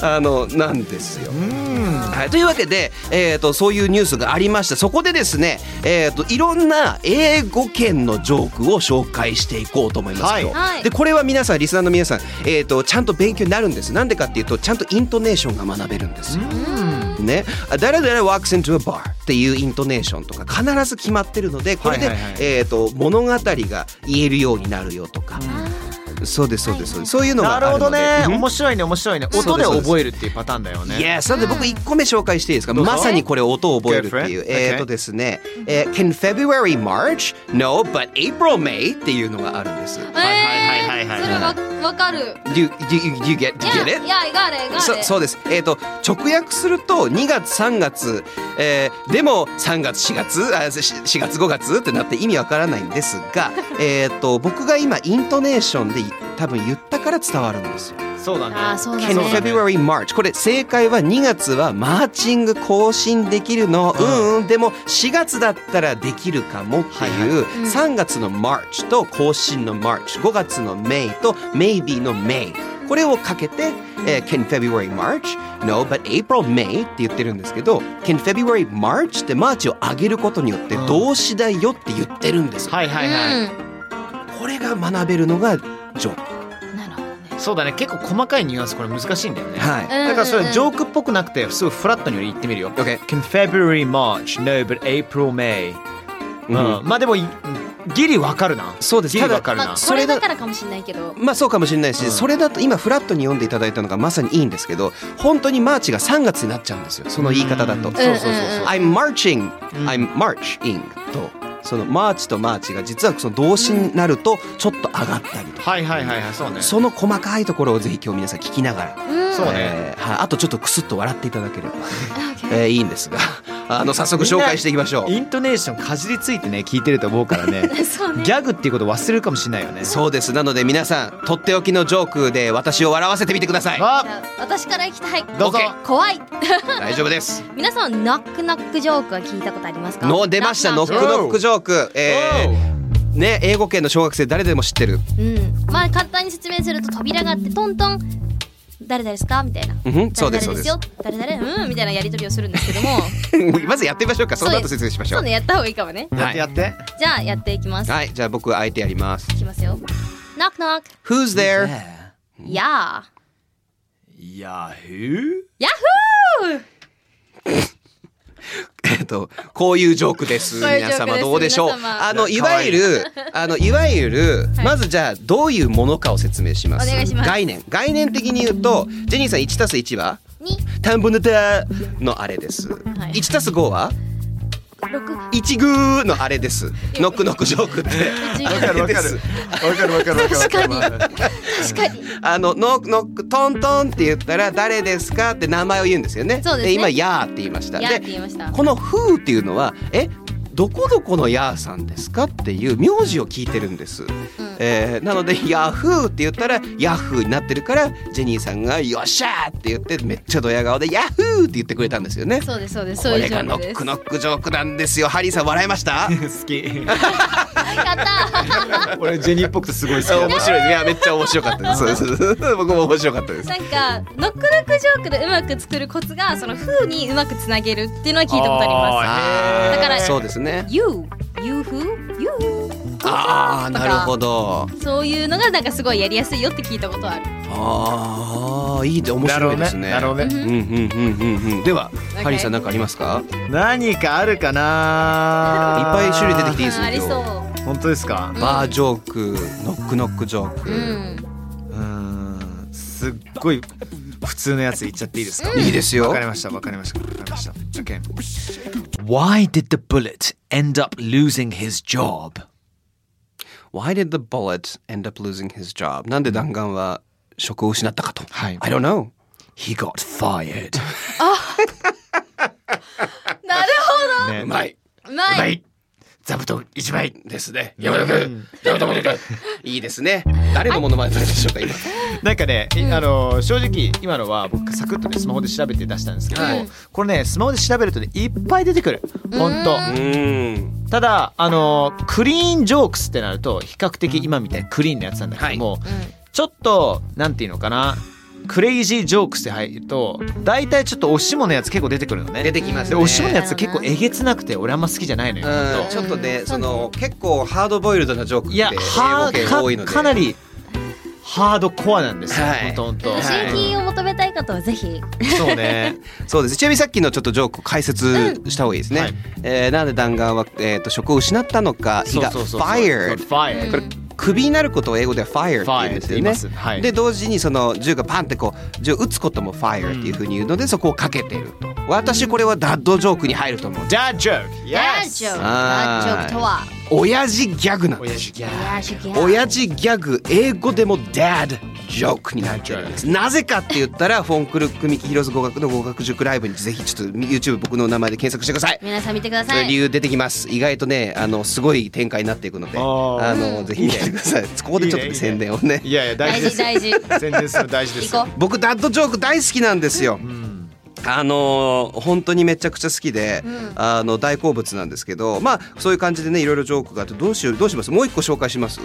[SPEAKER 3] あのなんですよ
[SPEAKER 2] う。ん
[SPEAKER 3] はい、というわけで、えー、とそういうニュースがありましたそこでですね、えー、といろんな英語圏のジョークを紹介していこうと思いますよ、
[SPEAKER 4] はいはい
[SPEAKER 3] でこれは皆さんリスナーの皆さん、えー、とちゃんと勉強になるんですなんでかっていうとちゃんとイントネーションが学べるんですよ。ね、誰々 walks into a bar っていうイントネーションとか必ず決まってるのでこれで、
[SPEAKER 2] はいはいはい
[SPEAKER 3] えー、と物語が言えるようになるよとか、そうですそうですそうですそういうのがあ
[SPEAKER 2] な
[SPEAKER 3] る
[SPEAKER 2] るほ
[SPEAKER 3] の
[SPEAKER 2] ど
[SPEAKER 3] で
[SPEAKER 2] ね
[SPEAKER 3] うん
[SPEAKER 2] 面白いね面白いね
[SPEAKER 3] そう
[SPEAKER 2] 音
[SPEAKER 3] で
[SPEAKER 2] です覚えるっていうパターンだよね
[SPEAKER 3] Yes なんで僕1個目紹介していいですか、
[SPEAKER 2] どうぞ
[SPEAKER 3] まさにこれ音を覚えるっていう
[SPEAKER 2] Good friend.
[SPEAKER 3] えっ、
[SPEAKER 2] Okay.
[SPEAKER 3] とですね、えー Can February March? No, but April May っていうのがあるんです
[SPEAKER 4] えー
[SPEAKER 2] はいはいはいはい
[SPEAKER 4] それわわかる
[SPEAKER 3] Do you, do you, do
[SPEAKER 4] い
[SPEAKER 3] you get, do you
[SPEAKER 4] や
[SPEAKER 3] get
[SPEAKER 4] い
[SPEAKER 3] it?
[SPEAKER 4] やいがれいがれ
[SPEAKER 3] そそうです、えー、と直訳すると2月3月、えーでも3月4月あし4月5月ってなって意味わからないんですが (laughs) えーと僕が今イントネーションで多分言ったから伝わるんですよ。
[SPEAKER 2] そうだね
[SPEAKER 4] あーそうだ
[SPEAKER 3] Can
[SPEAKER 4] ね
[SPEAKER 3] February March これ正解は2月はマーチング更新できるのうんうんでも4月だったらできるかもっていう3月の March と更新の March5 月の May と Maybe の May これをかけて、えー Can February March? No, but April May って言ってるんですけど Can February March ってマーチを上げることによって
[SPEAKER 2] うん
[SPEAKER 3] 動詞だよって言ってるんですよ
[SPEAKER 2] はいはいはい、
[SPEAKER 3] これが学べるのがジョーク
[SPEAKER 4] うんなるほどね
[SPEAKER 2] そうだね結構細かいニュアンスこれ難しいんだよね、
[SPEAKER 3] はい
[SPEAKER 4] うん
[SPEAKER 2] だからそれジョークっぽくなくてすごいフラットに言ってみるよ
[SPEAKER 3] OK
[SPEAKER 2] Can February, March, no, but April, May、うん、まあでもいギリわかるな
[SPEAKER 3] そうです
[SPEAKER 2] ギリわ
[SPEAKER 3] た
[SPEAKER 2] かるな、
[SPEAKER 4] まあこ
[SPEAKER 3] そ
[SPEAKER 4] れ
[SPEAKER 3] れだ
[SPEAKER 4] だからかもしれないけど
[SPEAKER 3] まあそうかもしれないし、
[SPEAKER 2] うん
[SPEAKER 3] それだと今フラットに読んでいただいたのがまさにいいんですけど本当にマーチが3月になっちゃうんですよその言い方だと。
[SPEAKER 2] うんそうそうそうそう、
[SPEAKER 3] I'm marching,
[SPEAKER 2] うん
[SPEAKER 3] I'm marching とそのマーチとマーチが実はその動詞になるとちょっと上がったりとか、
[SPEAKER 2] はいはいはいはいそうね
[SPEAKER 3] その細かいところをぜひ今日皆さん聞きながら、
[SPEAKER 4] うん
[SPEAKER 2] そうね
[SPEAKER 3] えーはいあとちょっとクスッと笑っていただければ、
[SPEAKER 4] OK
[SPEAKER 3] えーいいんですがあの早速紹介していきましょう。
[SPEAKER 2] イントネーションかじりついてね聞いてると思うからね
[SPEAKER 4] そうね
[SPEAKER 2] ギャグっていうこと忘れるかもしれないよね
[SPEAKER 3] (laughs) そうですなので皆さんとっておきのジョークで私を笑わせてみてください。
[SPEAKER 4] じ
[SPEAKER 2] あ
[SPEAKER 4] ゃあ私から行きたい
[SPEAKER 2] どうぞ
[SPEAKER 4] OK 怖い
[SPEAKER 3] 大丈夫です。
[SPEAKER 4] 皆さんノックノックジョークは聞いたことありますか
[SPEAKER 3] の出ましたノック
[SPEAKER 2] ク
[SPEAKER 3] ノックジョーク、え
[SPEAKER 2] お
[SPEAKER 3] ー、ね英語圏の小学生誰でも知ってる、 (laughs)
[SPEAKER 4] うん、まあ簡単に説明すると扉があってトントン誰々ですかみたいな。
[SPEAKER 3] うんふん、そうですそ
[SPEAKER 4] 誰々
[SPEAKER 3] うで
[SPEAKER 4] ですすよ誰々うんみたいなやり取りをするんですけども
[SPEAKER 3] まずやってみましょうか (laughs) その後説明しまし
[SPEAKER 4] そ
[SPEAKER 3] ょ
[SPEAKER 4] う
[SPEAKER 3] う
[SPEAKER 4] ねやった方がいいかもね
[SPEAKER 2] やってやって、
[SPEAKER 4] じゃあやっていきます、
[SPEAKER 3] はいじゃあ僕相手やります
[SPEAKER 4] い、きますよ Knock knock
[SPEAKER 3] Who's there?
[SPEAKER 4] や
[SPEAKER 2] ヤフー
[SPEAKER 4] ーヤフー
[SPEAKER 3] えっとこういうジョークです
[SPEAKER 4] こういうジョ
[SPEAKER 3] 皆
[SPEAKER 4] ークです
[SPEAKER 3] 様どうでしょう
[SPEAKER 4] 皆様
[SPEAKER 3] あの
[SPEAKER 2] い
[SPEAKER 3] い
[SPEAKER 2] や可
[SPEAKER 3] わ
[SPEAKER 2] 愛
[SPEAKER 3] ゆ
[SPEAKER 2] い
[SPEAKER 3] るあのいわゆるまずじゃあどういうものかを説明します
[SPEAKER 4] お願いします
[SPEAKER 3] 概念概念的に言うとジェニーさん1たす1は
[SPEAKER 4] に
[SPEAKER 3] 田んぼの田のあれです
[SPEAKER 4] い
[SPEAKER 3] 1たす5は
[SPEAKER 4] 六
[SPEAKER 3] 一宮のあれですノックノックジョークってあれです
[SPEAKER 2] わかるわかるわかるわかるわかる
[SPEAKER 4] 確かに
[SPEAKER 3] あのノックノックトントンって言ったら誰ですかって名前を言うんですよね。
[SPEAKER 4] そうですね
[SPEAKER 3] 今ヤーって言いました。
[SPEAKER 4] ヤー
[SPEAKER 3] で
[SPEAKER 4] って言いました
[SPEAKER 3] このフーっていうのはえどこどこのヤーさんですかっていう名字を聞いてるんです。えーなのでヤフーって言ったらヤフーになってるからジェニーさんがよっしゃーって言ってめっちゃドヤ顔でヤフーって言ってくれたんですよね。
[SPEAKER 4] そうですそうです
[SPEAKER 3] こ
[SPEAKER 4] そういう
[SPEAKER 3] れ
[SPEAKER 4] ジョ
[SPEAKER 3] が
[SPEAKER 4] ー
[SPEAKER 3] ノ
[SPEAKER 4] ク
[SPEAKER 3] ッ
[SPEAKER 4] です
[SPEAKER 3] クノックジョークなんですよ。ハリーさん笑いました。
[SPEAKER 2] 好き (laughs)
[SPEAKER 4] やった
[SPEAKER 2] 俺ジェニーっぽくてすごい好きだ
[SPEAKER 3] 面白い。いやめっちゃ面白かったですそうです。そうです僕も面白かったで
[SPEAKER 4] ー
[SPEAKER 3] す。
[SPEAKER 4] (laughs) なんかノックノックジョークでうまく作るコツがその風にうまくつなげるっていうのは聞いたことあります
[SPEAKER 3] あー
[SPEAKER 4] だから
[SPEAKER 3] そうですね。
[SPEAKER 4] You You who You who
[SPEAKER 3] ああなるほど。
[SPEAKER 4] そういうのがなんかすごいやりやすいよって聞いたことある
[SPEAKER 3] ああいいで面
[SPEAKER 2] なる
[SPEAKER 3] 白
[SPEAKER 2] ほ
[SPEAKER 3] い
[SPEAKER 2] ど
[SPEAKER 3] です
[SPEAKER 2] ね
[SPEAKER 3] ね。
[SPEAKER 2] なるほどね
[SPEAKER 3] うんうんうんうんうん。では
[SPEAKER 4] Okay
[SPEAKER 3] ハリーさんなんかありますか？いっ
[SPEAKER 2] 何かあるかな
[SPEAKER 3] ぱい種類出てきてい
[SPEAKER 4] う
[SPEAKER 3] い
[SPEAKER 4] ん
[SPEAKER 3] です
[SPEAKER 4] あり
[SPEAKER 3] よ。
[SPEAKER 4] そう
[SPEAKER 3] 今日
[SPEAKER 2] 本当ですか
[SPEAKER 3] バージョーク、ノックノックジョー
[SPEAKER 4] う
[SPEAKER 3] ク。
[SPEAKER 4] ん
[SPEAKER 2] うーんすっごい普通のやつ言っちゃっていいですか
[SPEAKER 3] いいです
[SPEAKER 2] わ
[SPEAKER 3] よ
[SPEAKER 2] か。りましたわかりましたわかりました OK Why did the bullet end up losing his job?
[SPEAKER 3] Why did the bullet end up losing his job? なんで弾丸は職を失ったかと。
[SPEAKER 2] はい
[SPEAKER 3] I don't know. He got fired
[SPEAKER 2] (laughs)
[SPEAKER 4] なる
[SPEAKER 2] ね
[SPEAKER 3] うまい
[SPEAKER 4] ほ
[SPEAKER 3] う
[SPEAKER 4] どうまい、
[SPEAKER 2] はい座布団一枚
[SPEAKER 3] ですね山田君山田
[SPEAKER 2] (laughs)
[SPEAKER 3] 君いいですね誰のものまねでしょうか今
[SPEAKER 2] なんかね、いあの正直今のは僕サクッとねスマホで調べて出したんですけど、
[SPEAKER 3] はい
[SPEAKER 2] これねスマホで調べるとねいっぱい出てくる本当
[SPEAKER 3] うーん
[SPEAKER 2] ただあのクリーンジョークスってなると比較的今みたいにクリーンなやつなんだけども、ちょっとなんていうのかなクレイジージョークスって入ると大体ちょっとおしものやつ結構出てくるのね
[SPEAKER 3] 出てきます
[SPEAKER 2] で
[SPEAKER 3] ね
[SPEAKER 2] おしものやつ結構えげつなくて俺あんま好きじゃないのよ、
[SPEAKER 3] う
[SPEAKER 2] ほ
[SPEAKER 3] ん
[SPEAKER 2] ん
[SPEAKER 3] ちょっとねその結構ハードボイルドなジョークっ
[SPEAKER 2] と
[SPEAKER 3] て
[SPEAKER 2] い
[SPEAKER 3] 英
[SPEAKER 2] や
[SPEAKER 3] 語
[SPEAKER 2] は
[SPEAKER 3] 系多いの
[SPEAKER 2] か
[SPEAKER 3] で
[SPEAKER 2] かなりハードコアなんですよ、
[SPEAKER 3] はい
[SPEAKER 2] ほんとほんと
[SPEAKER 3] はい
[SPEAKER 4] 新品を求めたい方はぜひ
[SPEAKER 2] そうね
[SPEAKER 3] そうですちなみにさっきのちょっとジョークを解説した方がいいですね、
[SPEAKER 2] うんはい
[SPEAKER 3] えーなんで弾丸は、えー、と職を失ったのか He
[SPEAKER 2] そう
[SPEAKER 3] got
[SPEAKER 2] そうそうそう
[SPEAKER 3] fired
[SPEAKER 2] そう fired
[SPEAKER 3] これクビになることを英語では fire って言うん
[SPEAKER 2] fired
[SPEAKER 3] で
[SPEAKER 2] って
[SPEAKER 3] す
[SPEAKER 2] 言
[SPEAKER 3] よ
[SPEAKER 2] いま
[SPEAKER 3] ね
[SPEAKER 2] すはい
[SPEAKER 3] で同時にその銃がパンってこう銃を撃つことも fire っていうふうに言うのでそこをかけてると私これはダッドジョークに入ると思う
[SPEAKER 2] ジャージョークイエ
[SPEAKER 4] ラ
[SPEAKER 2] ス
[SPEAKER 4] (laughs) ジオラ
[SPEAKER 3] あー
[SPEAKER 4] ジョークとは
[SPEAKER 3] 親父ギャグなんで
[SPEAKER 2] 親父
[SPEAKER 3] す
[SPEAKER 2] ギャー
[SPEAKER 4] ラジオギャ
[SPEAKER 3] 親父ギャグ英語でも Dad ジョークになってるんですなぜかって言ったらフォンクル組木広津合格の合格塾ライブにぜひちょっと YouTube 僕の名前で検索してください
[SPEAKER 4] 皆さん見てくだ
[SPEAKER 3] そ
[SPEAKER 4] さ
[SPEAKER 3] れ理
[SPEAKER 4] い
[SPEAKER 3] 由出てきます意外とねあのすごい展開になっていくので
[SPEAKER 2] あー
[SPEAKER 3] あのぜひ見てくださいここでちょっとね
[SPEAKER 2] いいねいいね
[SPEAKER 3] 宣伝をね
[SPEAKER 2] いやいや大
[SPEAKER 4] 大
[SPEAKER 2] 事で
[SPEAKER 4] 事
[SPEAKER 2] すよ
[SPEAKER 4] 大事
[SPEAKER 2] 宣伝するの大事です
[SPEAKER 4] 行
[SPEAKER 2] よ
[SPEAKER 4] こ
[SPEAKER 3] 僕ダッドジョーク大好きなんですよ
[SPEAKER 2] うん
[SPEAKER 3] あのー本当にめちゃくちゃ好きで、あの大好物なんですけどまあそういう感じでねいろいろジョークがあってどうしようどうしますもう一個紹介します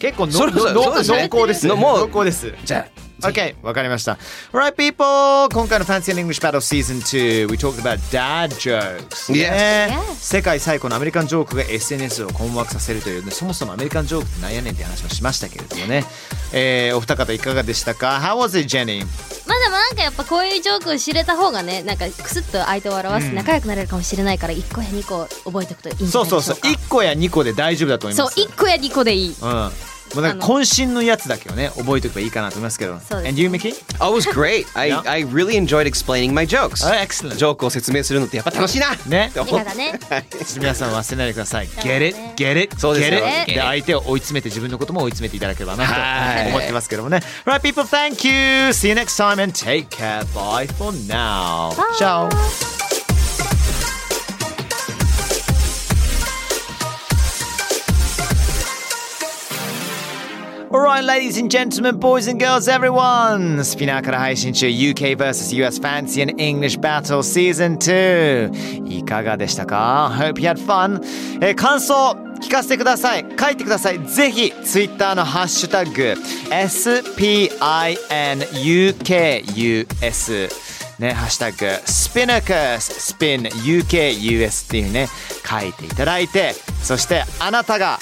[SPEAKER 2] 結構の
[SPEAKER 3] そろそろ
[SPEAKER 2] の
[SPEAKER 3] そろそろ
[SPEAKER 2] 濃厚です
[SPEAKER 3] のもう
[SPEAKER 2] 濃厚です
[SPEAKER 3] じゃあ
[SPEAKER 2] Okay, わかりました。Right, people! 今回の Fancy and English Battle Season 2、we talked about dad jokes.
[SPEAKER 3] Yes.
[SPEAKER 2] ね
[SPEAKER 4] Yes.
[SPEAKER 2] 世界最古のアメリカンジョークが SNS を困惑させるというね、そもそもアメリカンジョークってなんやねんって話もしましたけれどもね。えーお二方いかがでしたか ?How was it, Jenny?
[SPEAKER 4] まあでもなんかやっぱこういうジョークを知れた方がねなんかクスッと相手を表して仲良くなれるかもしれないから1個や2個覚えておくといいんじゃ
[SPEAKER 2] そ
[SPEAKER 4] な
[SPEAKER 2] う
[SPEAKER 4] いでしょ
[SPEAKER 2] そう
[SPEAKER 4] か
[SPEAKER 2] そう、1個や2個で大丈夫だと思い
[SPEAKER 4] そう
[SPEAKER 2] ます。
[SPEAKER 4] 1個や2個でいい
[SPEAKER 2] うん。もうなんか渾身のやつだけをね、覚えておけばいいかなと思いますけど。
[SPEAKER 4] そうで
[SPEAKER 2] And
[SPEAKER 4] す
[SPEAKER 2] you, Mickey?
[SPEAKER 3] I was great I,
[SPEAKER 2] Yeah.
[SPEAKER 3] I really enjoyed explaining my jokes
[SPEAKER 2] Oh, excellent.
[SPEAKER 3] ジョークを説明するのってやっぱ楽しいな
[SPEAKER 2] ね
[SPEAKER 3] って
[SPEAKER 4] い
[SPEAKER 3] 思
[SPEAKER 4] か
[SPEAKER 3] っ
[SPEAKER 4] がね
[SPEAKER 2] 皆さん忘れないでくださ (laughs) い。Get it,
[SPEAKER 4] そうね
[SPEAKER 2] get it,
[SPEAKER 3] そうですよ
[SPEAKER 2] get
[SPEAKER 3] ね
[SPEAKER 2] it. で、相手を追い詰めて自分のことも追い詰めていただければな
[SPEAKER 3] はい
[SPEAKER 2] と思ってますけどもね。Right, people, thank you. See you next time and take care. Bye for now. Ciao. Alright, ladies and gentlemen, boys and girls, everyone! スピナーから配信中 UK vs.US Fancy and English Battle Season 2! いかがでしたか ?Hope you had fun! えー感想聞かせてください書いてくださいぜひ Twitter のハッシュタグ SPINUKUS ね、ハッシュタグ、スピナカス、スピン、UKUS っていうね、書いていただいて、そしてあなたが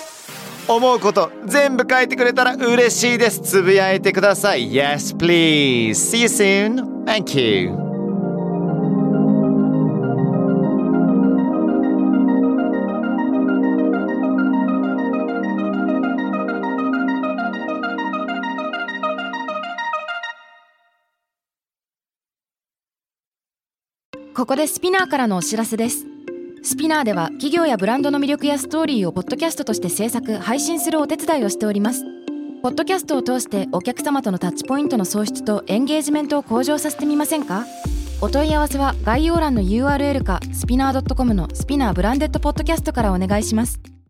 [SPEAKER 2] 思うこと全部書いてくれたら嬉しいです。つぶやいてください。Yes, please. See you soon. Thank you.
[SPEAKER 5] Yes. ここでスピナーからのお知らせですスピナーでは企業やブランドの魅力やストーリーをポッドキャストとして制作配信するお手伝いをしておりますポッドキャストを通してお客様とのタッチポイントの創出とエンゲージメントを向上させてみませんかお問い合わせは概要欄の URL かスピナー .com のスピナーブランデッドポッドキャストからお願いします